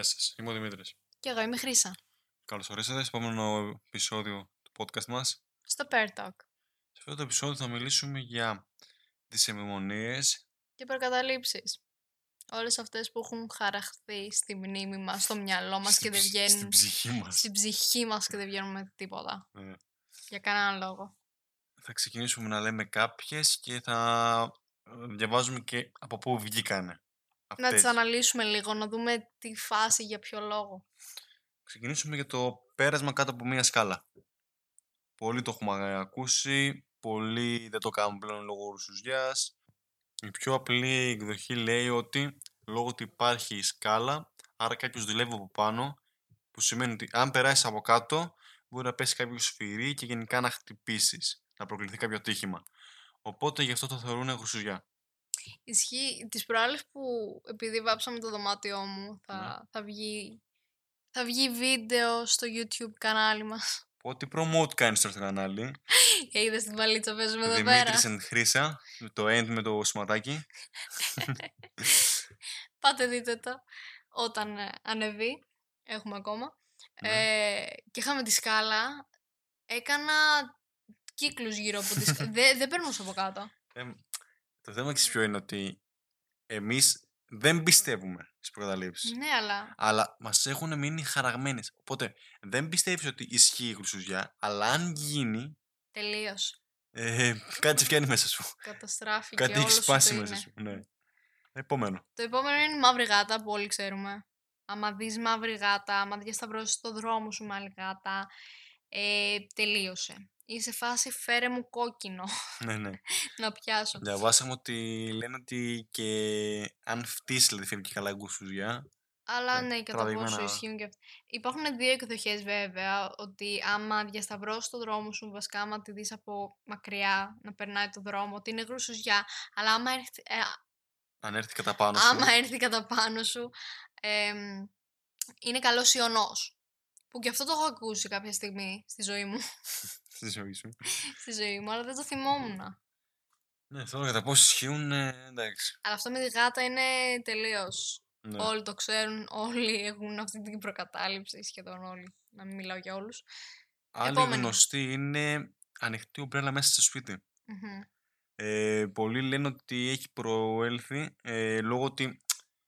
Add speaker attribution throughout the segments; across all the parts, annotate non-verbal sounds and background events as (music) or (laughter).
Speaker 1: σας. Είμαι ο Δημήτρης.
Speaker 2: Και εγώ είμαι η Χρύσα.
Speaker 1: Καλώς ορίσατε στο επόμενο επεισόδιο του podcast μας. Σε
Speaker 2: Στο Pair Talk.
Speaker 1: αυτό το επεισόδιο θα μιλήσουμε για τις επιμονίε.
Speaker 2: Και προκαταλήψεις. Όλες αυτές που έχουν χαραχθεί στη μνήμη μας, στο μυαλό μας και δεν
Speaker 1: Στην
Speaker 2: βγαίνουν.
Speaker 1: ψυχή μας.
Speaker 2: (laughs) Στην ψυχή μας και δεν βγαίνουν με τίποτα.
Speaker 1: Ναι.
Speaker 2: Για κανέναν λόγο.
Speaker 1: Θα ξεκινήσουμε να λέμε κάποιες και θα ε, διαβάζουμε και από πού βγήκανε.
Speaker 2: Να
Speaker 1: αυτές.
Speaker 2: τις αναλύσουμε λίγο, να δούμε τη φάση για ποιο λόγο.
Speaker 1: Ξεκινήσουμε για το πέρασμα κάτω από μία σκάλα. Πολλοί το έχουμε ακούσει, πολλοί δεν το κάνουν πλέον λόγω ρουσουζιάς. Η πιο απλή εκδοχή λέει ότι λόγω ότι υπάρχει η σκάλα, άρα κάποιος δουλεύει από πάνω, που σημαίνει ότι αν περάσεις από κάτω, μπορεί να πέσει κάποιο σφυρί και γενικά να χτυπήσεις, να προκληθεί κάποιο ατύχημα. Οπότε γι' αυτό το θεωρούν ρουσουζιά.
Speaker 2: Ισχύει τις προάλλες που επειδή βάψαμε το δωμάτιό μου θα,
Speaker 1: Ναι.
Speaker 2: θα βγει... Θα βγει βίντεο στο YouTube κανάλι μας. (laughs)
Speaker 1: Οπότε promote κάνεις στο κανάλι.
Speaker 2: Είδες την παλίτσα παίζουμε εδώ πέρα.
Speaker 1: Δημήτρη and Χρύσα, το end με το σηματάκι.
Speaker 2: Πάτε δείτε το όταν ε, ανεβεί. Έχουμε ακόμα.
Speaker 1: Ναι.
Speaker 2: Ε, και είχαμε τη σκάλα. Έκανα κύκλους γύρω από τη
Speaker 1: (laughs)
Speaker 2: σκάλα. δεν δεν περνούσα από κάτω.
Speaker 1: Ε, το θέμα ξέρεις ποιο είναι ότι εμείς δεν πιστεύουμε στις προκαταλήψεις.
Speaker 2: ναι, αλλά
Speaker 1: Αλλά μας έχουν μείνει χαραγμένες. Οπότε δεν πιστεύεις ότι ισχύει η γλουσουζιά, αλλά αν γίνει,
Speaker 2: τελείως.
Speaker 1: ε, (laughs) κάτι σε φτιάχνει μέσα σου.
Speaker 2: Καταστράφηκε
Speaker 1: κάτι
Speaker 2: όλο
Speaker 1: έχει
Speaker 2: σου
Speaker 1: σπάσει
Speaker 2: το
Speaker 1: μέσα
Speaker 2: είναι.
Speaker 1: σου. Ναι. Επόμενο.
Speaker 2: Το επόμενο είναι η μαύρη γάτα που όλοι ξέρουμε. Άμα δεις μαύρη γάτα, άμα διασταυρώσει στον δρόμο σου μαύρη γάτα. Ε, τελείωσε. Είσαι φάση φέρε μου κόκκινο (laughs)
Speaker 1: ναι, ναι.
Speaker 2: να πιάσω.
Speaker 1: Διαβάσαμε ότι λένε ότι και αν φτύσεις, δηλαδή φεύγει και καλά η γλουσουζιά.
Speaker 2: Αλλά
Speaker 1: Ναι,
Speaker 2: ναι, κατά πόσο
Speaker 1: τραβηγμένα.
Speaker 2: ισχύουν και αυτά. Υπάρχουν δύο εκδοχές βέβαια. Ότι άμα διασταυρώσεις τον δρόμο σου, βασικά άμα τη δεις από μακριά να περνάει το δρόμο, ότι είναι γρουσουζιά. Αλλά άμα έρθει, ε,
Speaker 1: Αν έρθει κατά πάνω σου.
Speaker 2: άμα έρθει κατά πάνω σου, εμ, είναι καλός ιονός. Που και αυτό το έχω ακούσει κάποια στιγμή στη ζωή μου. (laughs)
Speaker 1: Στη ζωή σου.
Speaker 2: στη ζωή μου, αλλά δεν το θυμόμουν.
Speaker 1: Ναι, τώρα κατά πόσο ισχύουν, ε, εντάξει.
Speaker 2: Αλλά αυτό με τη γάτα είναι τελείως.
Speaker 1: Ναι.
Speaker 2: Όλοι το ξέρουν, όλοι έχουν αυτή την προκατάληψη, σχεδόν όλοι. Να μην μιλάω για όλους.
Speaker 1: Άλλη
Speaker 2: Επόμενη.
Speaker 1: γνωστή είναι ανοιχτή ομπρέλα μέσα στο σπίτι. Ε, πολλοί λένε ότι έχει προέλθει ε, λόγω ότι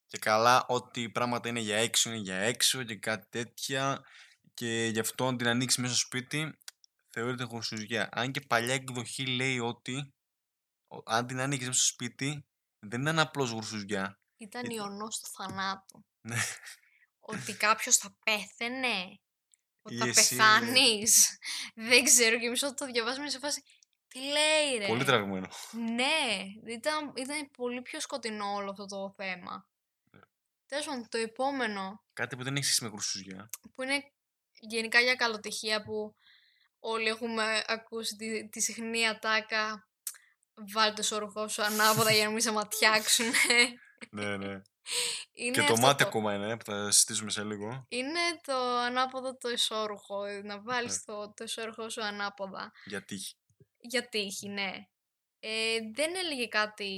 Speaker 1: και καλά ότι πράγματα είναι για έξω, είναι για έξω και κάτι τέτοια και γι' αυτό αν την ανοίξεις μέσα στο σπίτι θεωρείται χορσουζιά. Αν και παλιά εκδοχή λέει ότι ο- αν την ανοίξεις μέσα στο σπίτι δεν ήταν απλώς γορσουζιά.
Speaker 2: Ήταν
Speaker 1: Ήταν-
Speaker 2: ιονός του θανάτου.
Speaker 1: Ναι.
Speaker 2: ότι κάποιος θα πέθαινε. Ότι
Speaker 1: Ή
Speaker 2: θα
Speaker 1: εσύ-
Speaker 2: πεθάνεις. Δεν ξέρω. Και εμείς όταν το διαβάζουμε σε φάση. Τι λέει, ρε.
Speaker 1: Πολύ τραγμένο.
Speaker 2: Ναι, ήταν, ήταν πολύ πιο σκοτεινό όλο αυτό το θέμα.
Speaker 1: Ναι.
Speaker 2: Τέλος πάντων, το επόμενο
Speaker 1: Κάτι που δεν έχεις σχέση με
Speaker 2: (laughs)
Speaker 1: γορσουζιά.
Speaker 2: που είναι γενικά για καλοτυχία που όλοι έχουμε ακούσει τη, τη συχνή ατάκα βάλτε στο ορχό σου ανάποδα για να μην σε ματιάξουν.
Speaker 1: ναι, ναι.
Speaker 2: Είναι
Speaker 1: και το
Speaker 2: αυτό
Speaker 1: μάτι ακόμα είναι που θα συζητήσουμε σε λίγο.
Speaker 2: Είναι το ανάποδο το ισόρουχο. ε, Να
Speaker 1: Ναι.
Speaker 2: βάλεις το, το ισόρουχο σου ανάποδα.
Speaker 1: Για τύχη.
Speaker 2: Για τύχη, ναι. Ε, δεν έλεγε κάτι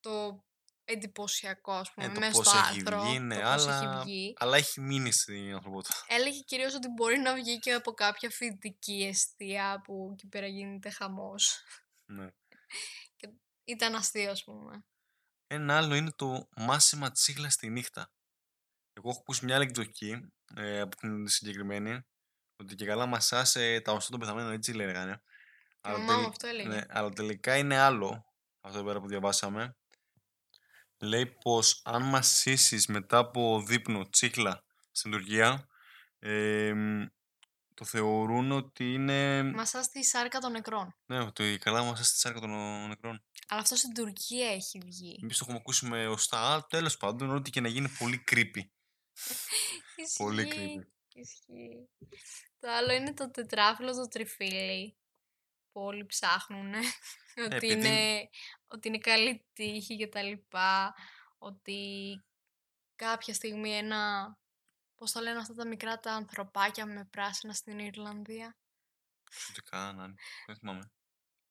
Speaker 2: το εντυπωσιακό, ας πούμε,
Speaker 1: Ε, το
Speaker 2: μέσα
Speaker 1: πώς
Speaker 2: στο
Speaker 1: έχει
Speaker 2: άρθρο.
Speaker 1: βγει, ναι,
Speaker 2: το πώς
Speaker 1: αλλά-
Speaker 2: έχει βγει.
Speaker 1: Αλλά έχει μείνει στην ανθρωπότητα.
Speaker 2: Έλεγε κυρίως ότι μπορεί να βγει και από κάποια φοιτητική αιστεία που εκεί πέρα γίνεται χαμός.
Speaker 1: Ναι.
Speaker 2: Ήταν αστείο, ας πούμε.
Speaker 1: Ένα άλλο είναι το μάσιμα τσίγλα στη νύχτα. Εγώ έχω ακούσει μια άλλη εκδοχή ε, από την συγκεκριμένη ότι και καλά μασάς τα οστά των πεθαμένων, έτσι λέγανε.
Speaker 2: Η μαμά μου αυτό έλεγε.
Speaker 1: ναι, αλλά τελικά είναι άλλο αυτό εδώ πέρα που διαβάσαμε. Λέει πως αν μασήσεις μετά από δείπνο τσίχλα στην Τουρκία ε, μ, το θεωρούν ότι είναι...
Speaker 2: Μασάς στη σάρκα των νεκρών.
Speaker 1: Ναι, ότι καλά μασάς στη σάρκα των νεκρών.
Speaker 2: Αλλά αυτό στην Τουρκία έχει βγει.
Speaker 1: Εμείς το έχουμε ακούσει με οστά, αλλά τέλος πάντων, ό,τι και να γίνει πολύ creepy. Πολύ
Speaker 2: Ισχύει,
Speaker 1: creepy.
Speaker 2: Ισχύει. Το άλλο είναι το τετράφυλλο το τριφύλι που όλοι ψάχνουν (laughs) ότι,
Speaker 1: επειδή-
Speaker 2: είναι, ότι είναι καλή τύχη και τα λοιπά ότι κάποια στιγμή ένα πώς τα λένε αυτά τα μικρά τα ανθρωπάκια με πράσινα στην Ιρλανδία
Speaker 1: Σου τι κάνανε. Δεν θυμάμαι.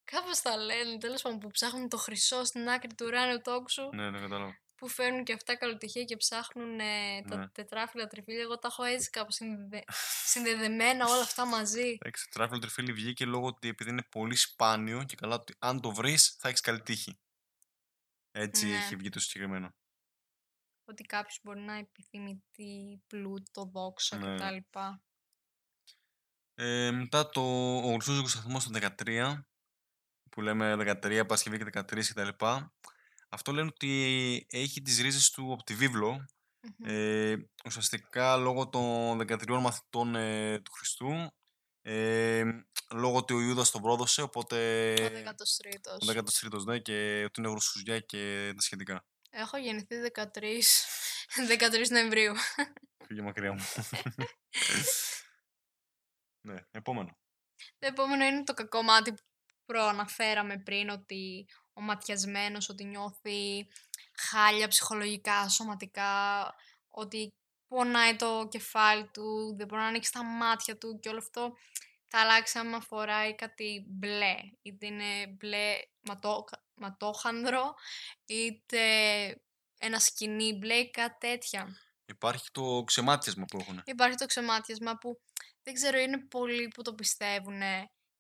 Speaker 2: κάπως τα λένε τέλος πάντων που ψάχνουν το χρυσό στην άκρη του ουράνιου τόξου
Speaker 1: Ναι, ναι, κατάλαβα.
Speaker 2: που φέρνουν και αυτά καλοτυχία και ψάχνουν ε, τα
Speaker 1: Ναι.
Speaker 2: τετράφυλλα τριφύλλια. Εγώ τα έχω έτσι κάπου συνδε- συνδεδεμένα όλα αυτά μαζί.
Speaker 1: Εντάξει, το τράφιλο τριφύλι βγήκε λόγω ότι επειδή είναι πολύ σπάνιο και καλά ότι αν το βρεις θα έχεις καλή τύχη. Έτσι
Speaker 2: Ναι.
Speaker 1: έχει βγει το συγκεκριμένο.
Speaker 2: ότι κάποιος μπορεί να επιθυμητεί πλούτο, δόξα
Speaker 1: Ναι.
Speaker 2: κτλ.
Speaker 1: Ε, μετά το ο Ουρσούζικος σταθμός το 13, που λέμε 13, Παρασκευή και 13 κτλ. Αυτό λένε ότι έχει τις ρίζες του από τη βίβλο.
Speaker 2: Μμμ.
Speaker 1: Ε, ουσιαστικά λόγω των 13 μαθητών ε, του Χριστού, ε, λόγω ότι ο Ιούδας τον πρόδωσε, οπότε...
Speaker 2: Ο 13ος.
Speaker 1: Ε, Ο 13ος, ναι, και ότι είναι γρουσουζιά και τα σχετικά.
Speaker 2: Έχω γεννηθεί 13, 13 Νοεμβρίου.
Speaker 1: Φύγε μακριά
Speaker 2: (laughs)
Speaker 1: μου. ναι, επόμενο.
Speaker 2: Το επόμενο είναι το κακό μάτι που προαναφέραμε πριν ότι ο ματιασμένος ότι νιώθει χάλια ψυχολογικά, σωματικά, ότι πονάει το κεφάλι του, δεν μπορεί να ανοίξει τα μάτια του και όλο αυτό θα αλλάξει άμα φοράει κάτι μπλε. Είτε είναι μπλε ματό, ματόχανδρο, είτε ένα σκηνή μπλε ή κάτι τέτοια.
Speaker 1: Υπάρχει το ξεμάτιασμα που έχουν.
Speaker 2: Υπάρχει το ξεμάτιασμα που δεν ξέρω, είναι πολλοί που το πιστεύουν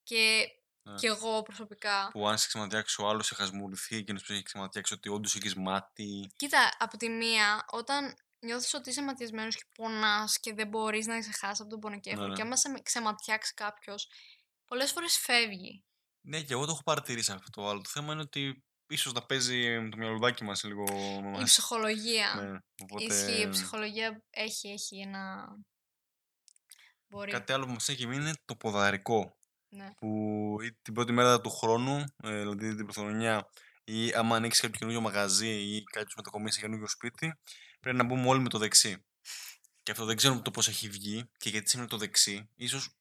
Speaker 2: και
Speaker 1: Ναι.
Speaker 2: κι εγώ προσωπικά.
Speaker 1: που αν σε ξεματιάξει ο άλλος, σε χασμουριθεί εκείνος που έχει ξεματιάξει ότι όντως έχεις μάτι.
Speaker 2: Κοίτα, από τη μία, όταν νιώθεις ότι είσαι ματιασμένος και πονάς και δεν μπορείς να ξεχάσεις από τον πονοκέφαλο
Speaker 1: Ναι, ναι.
Speaker 2: και άμα σε ξεματιάξει κάποιος, πολλές φορές φεύγει.
Speaker 1: Ναι, και εγώ το έχω παρατηρήσει αυτό. Αλλά το θέμα είναι ότι ίσως να παίζει με το μυαλουδάκι μας λίγο με
Speaker 2: Η
Speaker 1: μας.
Speaker 2: ψυχολογία.
Speaker 1: Ναι, οπότε...
Speaker 2: Ισχύει, η ψυχολογία έχει, έχει ένα... Μπορεί.
Speaker 1: Κάτι άλλο που μας έχει μείνει είναι το ποδαρικό.
Speaker 2: Ναι.
Speaker 1: Που ή την πρώτη μέρα του χρόνου, ε, δηλαδή την πρωτοχρονιά, ή άμα ανοίξεις κάποιο καινούριο μαγαζί ή κάποιο μετακομίσει σε καινούριο σπίτι, πρέπει να μπούμε όλοι με το δεξί. Και αυτό δεν ξέρουμε το πώς έχει βγει και γιατί σήμερα το δεξί. Ίσως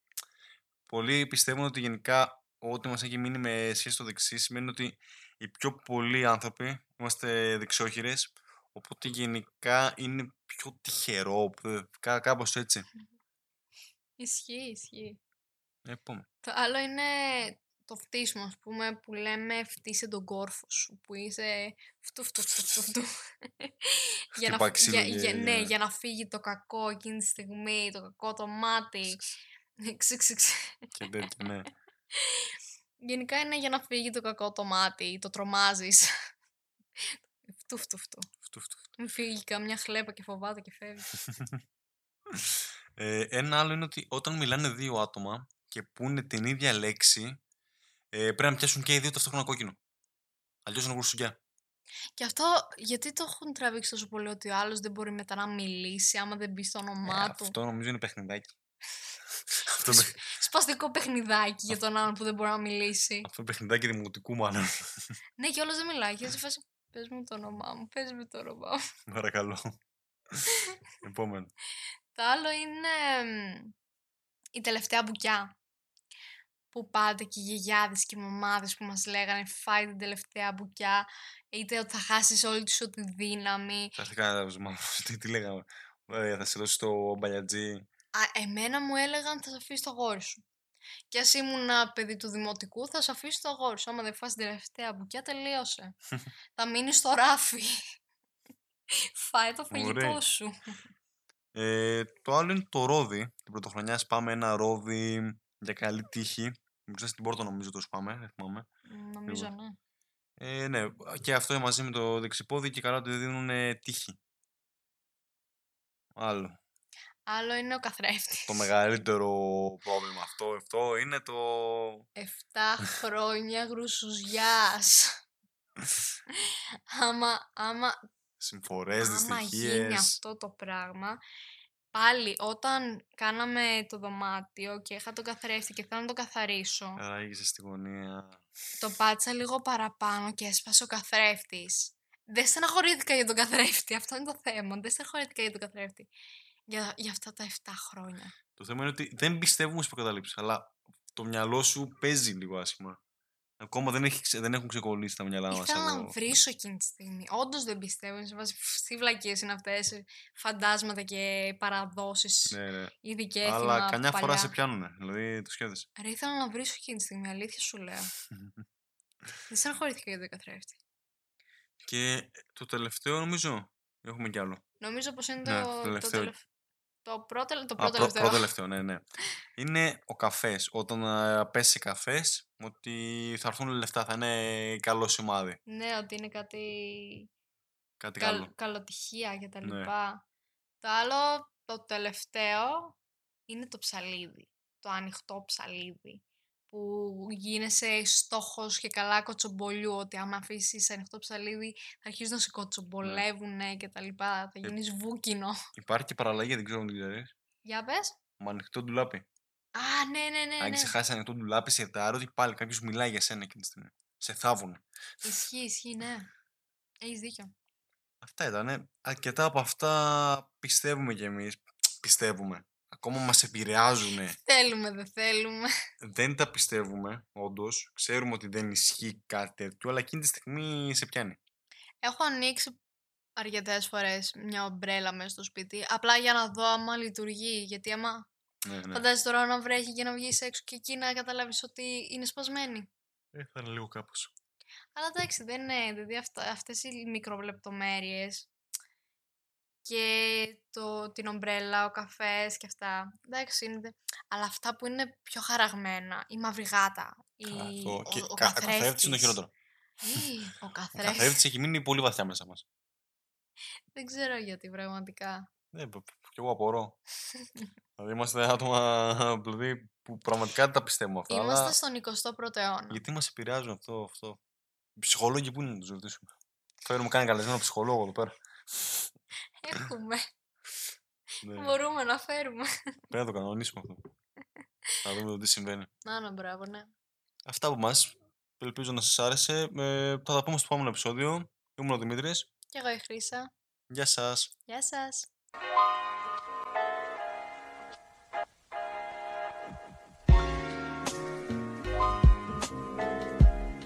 Speaker 1: πολλοί πιστεύουν ότι γενικά ό,τι μας έχει μείνει με σχέση στο δεξί σημαίνει ότι οι πιο πολλοί άνθρωποι είμαστε δεξιόχειρες. Οπότε γενικά είναι πιο τυχερό, κάπως έτσι.
Speaker 2: Ισχύει, ισχύει.
Speaker 1: Επόμενο.
Speaker 2: Το άλλο είναι το φτύσιμο, ας πούμε, που λέμε φτύσε τον κόρφο σου, που είσαι φτου φτου φτου φτου φτου. για, να,
Speaker 1: Χτυπά
Speaker 2: φ-
Speaker 1: ξύλο
Speaker 2: για,
Speaker 1: και-
Speaker 2: για- ναι,
Speaker 1: ναι.
Speaker 2: για να φύγει το κακό εκείνη τη στιγμή, το κακό το μάτι. Ξυ, ξυ, ξυ.
Speaker 1: Και τέτοια, ναι.
Speaker 2: Γενικά είναι για να φύγει το κακό το μάτι, το τρομάζεις. φτου φτου φτου.
Speaker 1: Φτου, φτου, φτου.
Speaker 2: Μην φύγει καμιά χλέπα και φοβάται και φεύγει.
Speaker 1: Ε, ένα άλλο είναι ότι όταν μιλάνε δύο άτομα και πούνε την ίδια λέξη, ε, πρέπει να πιάσουν και οι δύο ταυτόχρονα κόκκινο. Αλλιώς είναι Ε, γουρσουγκιά.
Speaker 2: και αυτό γιατί το έχουν τραβήξει τόσο πολύ ότι ο άλλος δεν μπορεί μετά να μιλήσει άμα δεν μπει στο όνομά του.
Speaker 1: Ε, αυτό νομίζω είναι παιχνιδάκι. αυτό, είναι παιχ-
Speaker 2: σπαστικό παιχνιδάκι για τον άλλον που δεν μπορεί να μιλήσει.
Speaker 1: αυτό είναι παιχνιδάκι δημοτικού, μάλλον. (laughs)
Speaker 2: ναι, και όλος δεν μιλάει. Και σε φάση, πες μου το όνομά μου, πες μου το όνομά μου. (laughs)
Speaker 1: Παρακαλώ. Επόμενο.
Speaker 2: Το άλλο είναι μ, η τελευταία μπουκιά. Που πάντα και οι γιαγιάδες και οι μαμάδες που μας λέγανε φάει την τελευταία μπουκιά είτε ότι θα χάσεις όλη σου τη δύναμη.
Speaker 1: Θα έρθει κανένα μάλλον. (laughs) Τι, τι λέγαμε. Ε, θα σε δώσει το μπαλιατζή.
Speaker 2: Α, εμένα μου έλεγαν θα σε αφήσει το γόρι σου. Και ας ήμουν παιδί του δημοτικού θα σε αφήσει το γόρι σου. Άμα δεν φας την τελευταία μπουκιά τελείωσε.
Speaker 1: (laughs)
Speaker 2: θα μείνεις στο ράφι. (laughs) Φάει το
Speaker 1: Ωραία.
Speaker 2: φαγητό σου.
Speaker 1: Ε, το άλλο είναι το ρόδι. Την πρωτοχρονιά σπάμε ένα ρόδι για καλή τύχη. Μπροστά στην πόρτα νομίζω το σπάμε, δεν θυμάμαι.
Speaker 2: Νομίζω
Speaker 1: Λοιπόν.
Speaker 2: ναι.
Speaker 1: Ε, ναι, και αυτό μαζί με το δεξιπόδι και καλά του δίνουν ε, τύχη. Άλλο.
Speaker 2: Άλλο είναι ο καθρέφτης.
Speaker 1: Το μεγαλύτερο πρόβλημα αυτό, αυτό είναι το...
Speaker 2: 7 χρόνια γρουσουζιάς.
Speaker 1: (laughs)
Speaker 2: άμα, άμα,
Speaker 1: Συμφορές,
Speaker 2: άμα γίνει
Speaker 1: δυστυχίες.
Speaker 2: αυτό το πράγμα, πάλι όταν κάναμε το δωμάτιο και είχα τον καθρέφτη και θέλω να το καθαρίσω,
Speaker 1: Ράγισε στη γωνία.
Speaker 2: το πάτησα λίγο παραπάνω και έσπασε ο καθρέφτης. Δεν στεναχωρήθηκα για τον καθρέφτη, αυτό είναι το θέμα. Δεν στεναχωρήθηκα για τον καθρέφτη. Για, για αυτά τα 7 χρόνια.
Speaker 1: Το θέμα είναι ότι δεν πιστεύουμε στις προκαταλήψεις, αλλά το μυαλό σου παίζει λίγο άσχημα. Ακόμα δεν, έχει, ξε- δεν έχουν ξεκολλήσει τα μυαλά μας.
Speaker 2: Ήθελα να
Speaker 1: από-
Speaker 2: βρίσω εκείνη τη στιγμή. Όντως δεν πιστεύω. Είναι σε φάση, «Φφ, τι βλακίε είναι αυτές. Φαντάσματα και παραδόσεις.
Speaker 1: Ναι, ναι.
Speaker 2: ή δικαίθημα.
Speaker 1: Αλλά καμιά
Speaker 2: παλιά.
Speaker 1: φορά σε πιάνουνε, δηλαδή το σκέφτεσαι.
Speaker 2: Ρε, ήθελα να
Speaker 1: (laughs)
Speaker 2: βρίσω εκείνη τη στιγμή. Αλήθεια σου λέω. δεν στεναχωρήθηκα για τον καθρέφτη.
Speaker 1: Και το τελευταίο νομίζω. Έχουμε κι άλλο.
Speaker 2: Νομίζω πως είναι το,
Speaker 1: Ναι, το
Speaker 2: το,
Speaker 1: τελευταίο.
Speaker 2: τελευ- το πρώτο, το
Speaker 1: Α,
Speaker 2: πρώτο τελευταίο.
Speaker 1: πρώτο τελευταίο, ναι, ναι. Είναι ο καφές. Όταν α, πέσει καφές, ότι θα έρθουν λεφτά, θα είναι καλό σημάδι.
Speaker 2: Ναι, ότι είναι κάτι
Speaker 1: Κάτι
Speaker 2: καλ-
Speaker 1: καλό.
Speaker 2: καλοτυχία και τα
Speaker 1: Ναι.
Speaker 2: λοιπά. Το άλλο, το τελευταίο, είναι το ψαλίδι. Το ανοιχτό ψαλίδι. Που γίνεσαι στόχος και καλά κοτσομπολιού. Ότι άμα αφήσεις ανοιχτό ψαλίδι, θα αρχίζουν να σε κοτσομπολεύουν και τα λοιπά. Θα
Speaker 1: Ναι. Ε,
Speaker 2: γίνεις βούκινο. (laughs)
Speaker 1: Υπάρχει και παραλλαγή, δεν ξέρω αν την ξέρεις.
Speaker 2: Για πες.
Speaker 1: Με ανοιχτό ντουλάπι.
Speaker 2: Α, ναι, ναι, ναι.
Speaker 1: Αν
Speaker 2: ναι.
Speaker 1: ξεχάσεις ανοιχτό ντουλάπι, σε τάρω ότι πάλι κάποιος μιλάει για σένα εκείνη τη στιγμή. Σε θάβουν.
Speaker 2: Ισχύει, ισχύει, ναι. Έχεις δίκιο.
Speaker 1: Αυτά ήταν. Αρκετά από αυτά πιστεύουμε κι εμείς. Πιστεύουμε. Ακόμα μας επηρεάζουν.
Speaker 2: Θέλουμε, δεν θέλουμε.
Speaker 1: δεν τα πιστεύουμε, όντως. Ξέρουμε ότι δεν ισχύει κάτι τέτοιο, αλλά εκείνη τη στιγμή σε πιάνει.
Speaker 2: Έχω ανοίξει αρκετές φορές μια ομπρέλα μέσα στο σπίτι. Απλά για να δω άμα λειτουργεί. Γιατί άμα
Speaker 1: Ναι, ναι.
Speaker 2: Φαντάζεσαι τώρα να βρέχει και να βγει έξω και εκεί να καταλάβεις ότι είναι σπασμένη.
Speaker 1: Ε, θα είναι λίγο κάπως.
Speaker 2: Αλλά εντάξει, δεν είναι. Δηλαδή αυτά, αυτές οι μικρολεπτομέρειες και το, την ομπρέλα, ο καφές και αυτά. Εντάξει, είναι. δε- Αλλά αυτά που είναι πιο χαραγμένα, η μαύρη γάτα, η, ο,
Speaker 1: Και κα-
Speaker 2: ο
Speaker 1: ο καθρέφτης είναι το
Speaker 2: καθρέφτης.
Speaker 1: χειρότερο.
Speaker 2: Ή, Ο
Speaker 1: Ο καθρέφτης
Speaker 2: καθρέφτης.
Speaker 1: έχει μείνει πολύ βαθιά μέσα μας.
Speaker 2: δεν ξέρω γιατί πραγματικά.
Speaker 1: Ναι, π- π- κι εγώ (laughs) απορώ. δηλαδή είμαστε άτομα δηλαδή, που πραγματικά δεν τα πιστεύουμε αυτά.
Speaker 2: Είμαστε
Speaker 1: Αλλά...
Speaker 2: στον 21ο αιώνα.
Speaker 1: Γιατί μας επηρεάζουν αυτό, αυτό. Οι ψυχολόγοι που είναι να τους ρωτήσουμε. Φέρουμε κανένα καλεσμένο ψυχολόγο εδώ πέρα.
Speaker 2: Έχουμε.
Speaker 1: Ναι,
Speaker 2: Μπορούμε να φέρουμε.
Speaker 1: Πρέπει να το κανονίσουμε αυτό. να δούμε το τι συμβαίνει.
Speaker 2: Να, να, μπράβο, ναι.
Speaker 1: Αυτά από εμάς. Ελπίζω να σας άρεσε. Ε, θα τα πούμε στο επόμενο επεισόδιο. Ήμουν ο Δημήτρης.
Speaker 2: Και εγώ η Χρύσα.
Speaker 1: Γεια σας.
Speaker 2: Γεια σας.